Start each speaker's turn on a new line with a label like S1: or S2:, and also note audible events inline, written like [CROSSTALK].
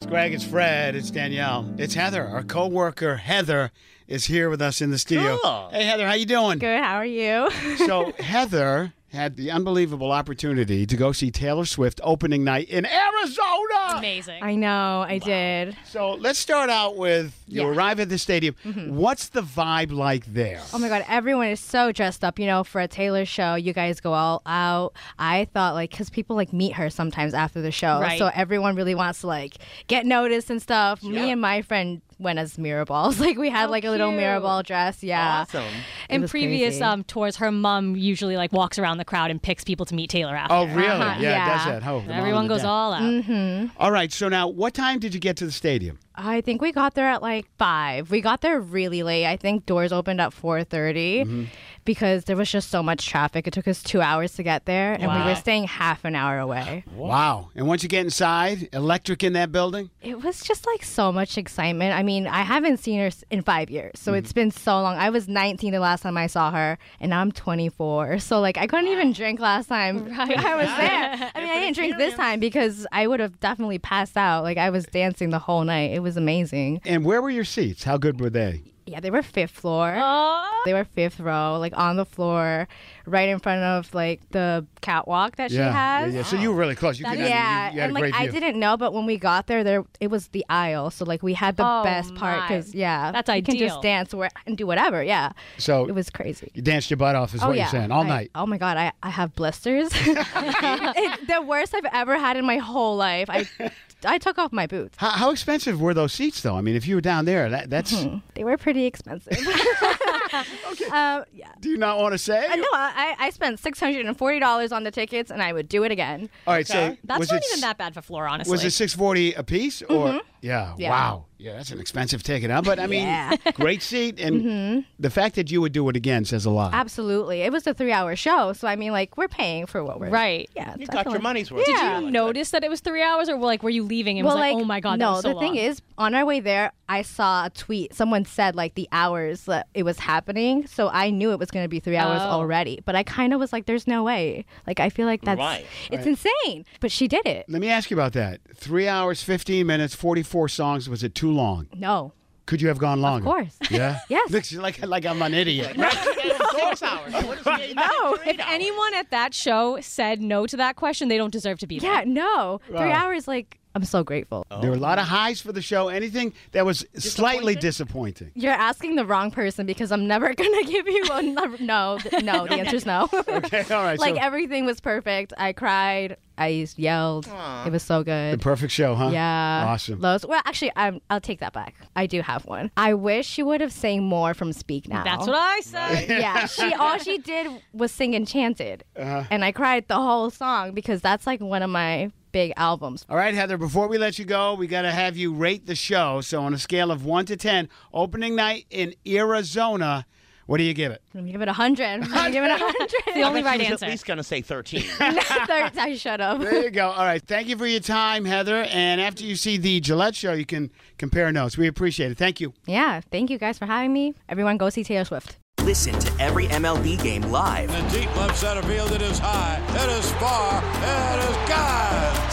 S1: It's Greg, it's Fred, it's Danielle, it's Heather. Our coworker Heather is here with us in the studio.
S2: Cool.
S1: Hey Heather, how you doing?
S2: Good. How are you?
S1: So Heather had the unbelievable opportunity to go see Taylor Swift opening night in Arizona.
S3: Amazing.
S2: I know. I did.
S1: So let's start out with you
S2: Yeah. Mm-hmm.
S1: arrive at the stadium. What's the vibe like there?
S2: Oh my God. Everyone is so dressed up, you know, for a Taylor show. You guys go all out. I thought, like, because people, like, meet her sometimes after the show.
S3: Right.
S2: So everyone really wants to, like, get noticed and stuff. Me and my friend went as mirror balls. [LAUGHS] Like, we had,
S3: How
S2: like, a little mirror
S3: Oh, cute.
S2: ball dress. Yeah. uh, It
S3: In
S2: was
S3: previous
S2: crazy.
S3: um, tours, her mom usually like walks around the crowd and picks people to meet Taylor after.
S1: Oh really?
S2: Uh-huh,
S1: yeah, it does
S2: yeah.
S1: that. Oh, the mom
S3: Everyone
S1: and the
S3: goes
S1: dad.
S3: all out.
S2: Mm-hmm.
S1: All right. So now, what time did you get to the stadium?
S2: I think we got there at like five. We got there really late. I think doors opened at four Mm-hmm. because there was just so much traffic. It took us two hours to get there, and we were staying half an hour away.
S1: Wow. And once you get inside, electric in that building.
S2: It was just like so much excitement. I mean, I haven't seen her s- in five years, so
S1: Mm-hmm.
S2: it's been so long. I was 19 the last time I saw her, and now I'm 24. So like, I couldn't even drink last time [LAUGHS] I was there. I mean, I didn't drink this time because I would have definitely passed out. Like, I was dancing the whole night. It was amazing.
S1: And where were your seats? How good were they?
S2: Yeah, they were fifth floor.
S3: Oh,
S2: They were fifth row, like on the floor, right in front of like the catwalk that she
S1: yeah,
S2: has.
S1: yeah. So you were really close. You, could, I mean, you-
S2: Yeah,
S1: you, had
S2: and
S1: a great
S2: like I
S1: view.
S2: didn't know, but when we got there, there it was the aisle, so like we had the
S3: Oh,
S2: best part
S3: my.
S2: because yeah,
S3: That's
S2: you can
S3: ideal.
S2: just dance where, and do whatever. Yeah,
S1: So
S2: it was crazy.
S1: you danced your butt off, is
S2: oh
S1: what
S2: yeah,
S1: you're saying, all
S2: I-
S1: night.
S2: Oh my god, I, I have blisters. [LAUGHS] it's the worst I've ever had in my whole life. I I took off my boots.
S1: How, how expensive were those seats, though? I mean, if you were down there, that, that's.
S2: They were pretty expensive. um, yeah.
S1: Do you not want to say?
S2: [LAUGHS] I know. I, I spent six hundred and forty dollars on the tickets, and I would do it again.
S1: All right, so
S3: that's
S1: was
S3: not
S1: it,
S3: even that bad for Floor, honestly.
S1: Was it six forty a piece, or yeah,
S2: Mm-hmm. Yeah.
S1: Wow, yeah, that's an expensive ticket, huh? But I mean,
S2: Yeah. [LAUGHS] Mm-hmm.
S1: great seat, and the fact that you would do it again says a lot.
S2: Absolutely, it was a three-hour show, so I mean, like, we're paying for what we're
S3: right?
S2: Yeah,
S4: You got your
S2: definitely.
S4: money's worth.
S3: Did
S2: Yeah.
S3: you notice that it was three hours, or like were you leaving and
S2: Well,
S3: was like,
S2: like,
S3: oh my god, that
S2: no.
S3: was so
S2: the thing
S3: long.
S2: is, on our way there, I saw a tweet. Someone said like the hours that it was happening, so I knew it was going to be three hours
S3: Oh.
S2: already. But I kind of was like, "There's no way." Like, I feel like that's
S4: Right,
S2: it's insane. But she did it.
S1: Let me ask you about that. Three hours, fifteen minutes, forty-four songs. Was it too long?
S2: No,
S1: Could you have gone longer?
S2: course.
S1: Yeah.
S2: [LAUGHS] Yes.
S1: Looks like like I'm an idiot.
S4: Six hours. What is the-
S2: [LAUGHS]
S3: no. If anyone at that show said no to that question, they don't deserve to be
S2: yeah,
S3: there.
S2: no. Three
S1: Wow. Oh.
S2: hours, like, I'm so grateful.
S1: There were a lot of highs for the show. Anything that was slightly disappointing. [LAUGHS]
S2: You're asking the wrong person because I'm never [LAUGHS] gonna give you a number. No, th- no, the answer's no.
S1: [LAUGHS] Okay, all right.
S2: [LAUGHS] like
S1: so
S2: everything was perfect. I cried. I yelled. It was so
S1: the
S2: good.
S1: perfect show, huh?
S2: Yeah.
S1: Awesome.
S2: Lows. Well, actually, i I'll take that back. I do have one. I wish she would have sang more from Speak Now.
S3: That's what
S2: [LAUGHS]
S3: I said.
S2: yeah, she all she did was sing Enchanted, and I cried the whole song because that's like one of my big albums.
S1: All right, Heather, before we let you go, we got to have you rate the show. So, on a scale of 1 to 10, opening night in Arizona, what do you give it?
S2: [LAUGHS] I'm gonna give it a hundred. I'm gonna give it
S3: [LAUGHS]
S2: a hundred. [LAUGHS]
S3: the only
S4: I
S3: right
S4: was
S3: answer.
S4: At least gonna say thirteen.
S2: Third, I shut up.
S1: There you go. All right. Thank you for your time, Heather. And after you see the Gillette show, you can compare notes. We appreciate it. Thank you.
S2: Yeah, thank you guys for having me. Everyone, go see Taylor Swift.
S5: Listen to every MLB game live.
S6: In the deep left center field, it is high, it is far, it is God.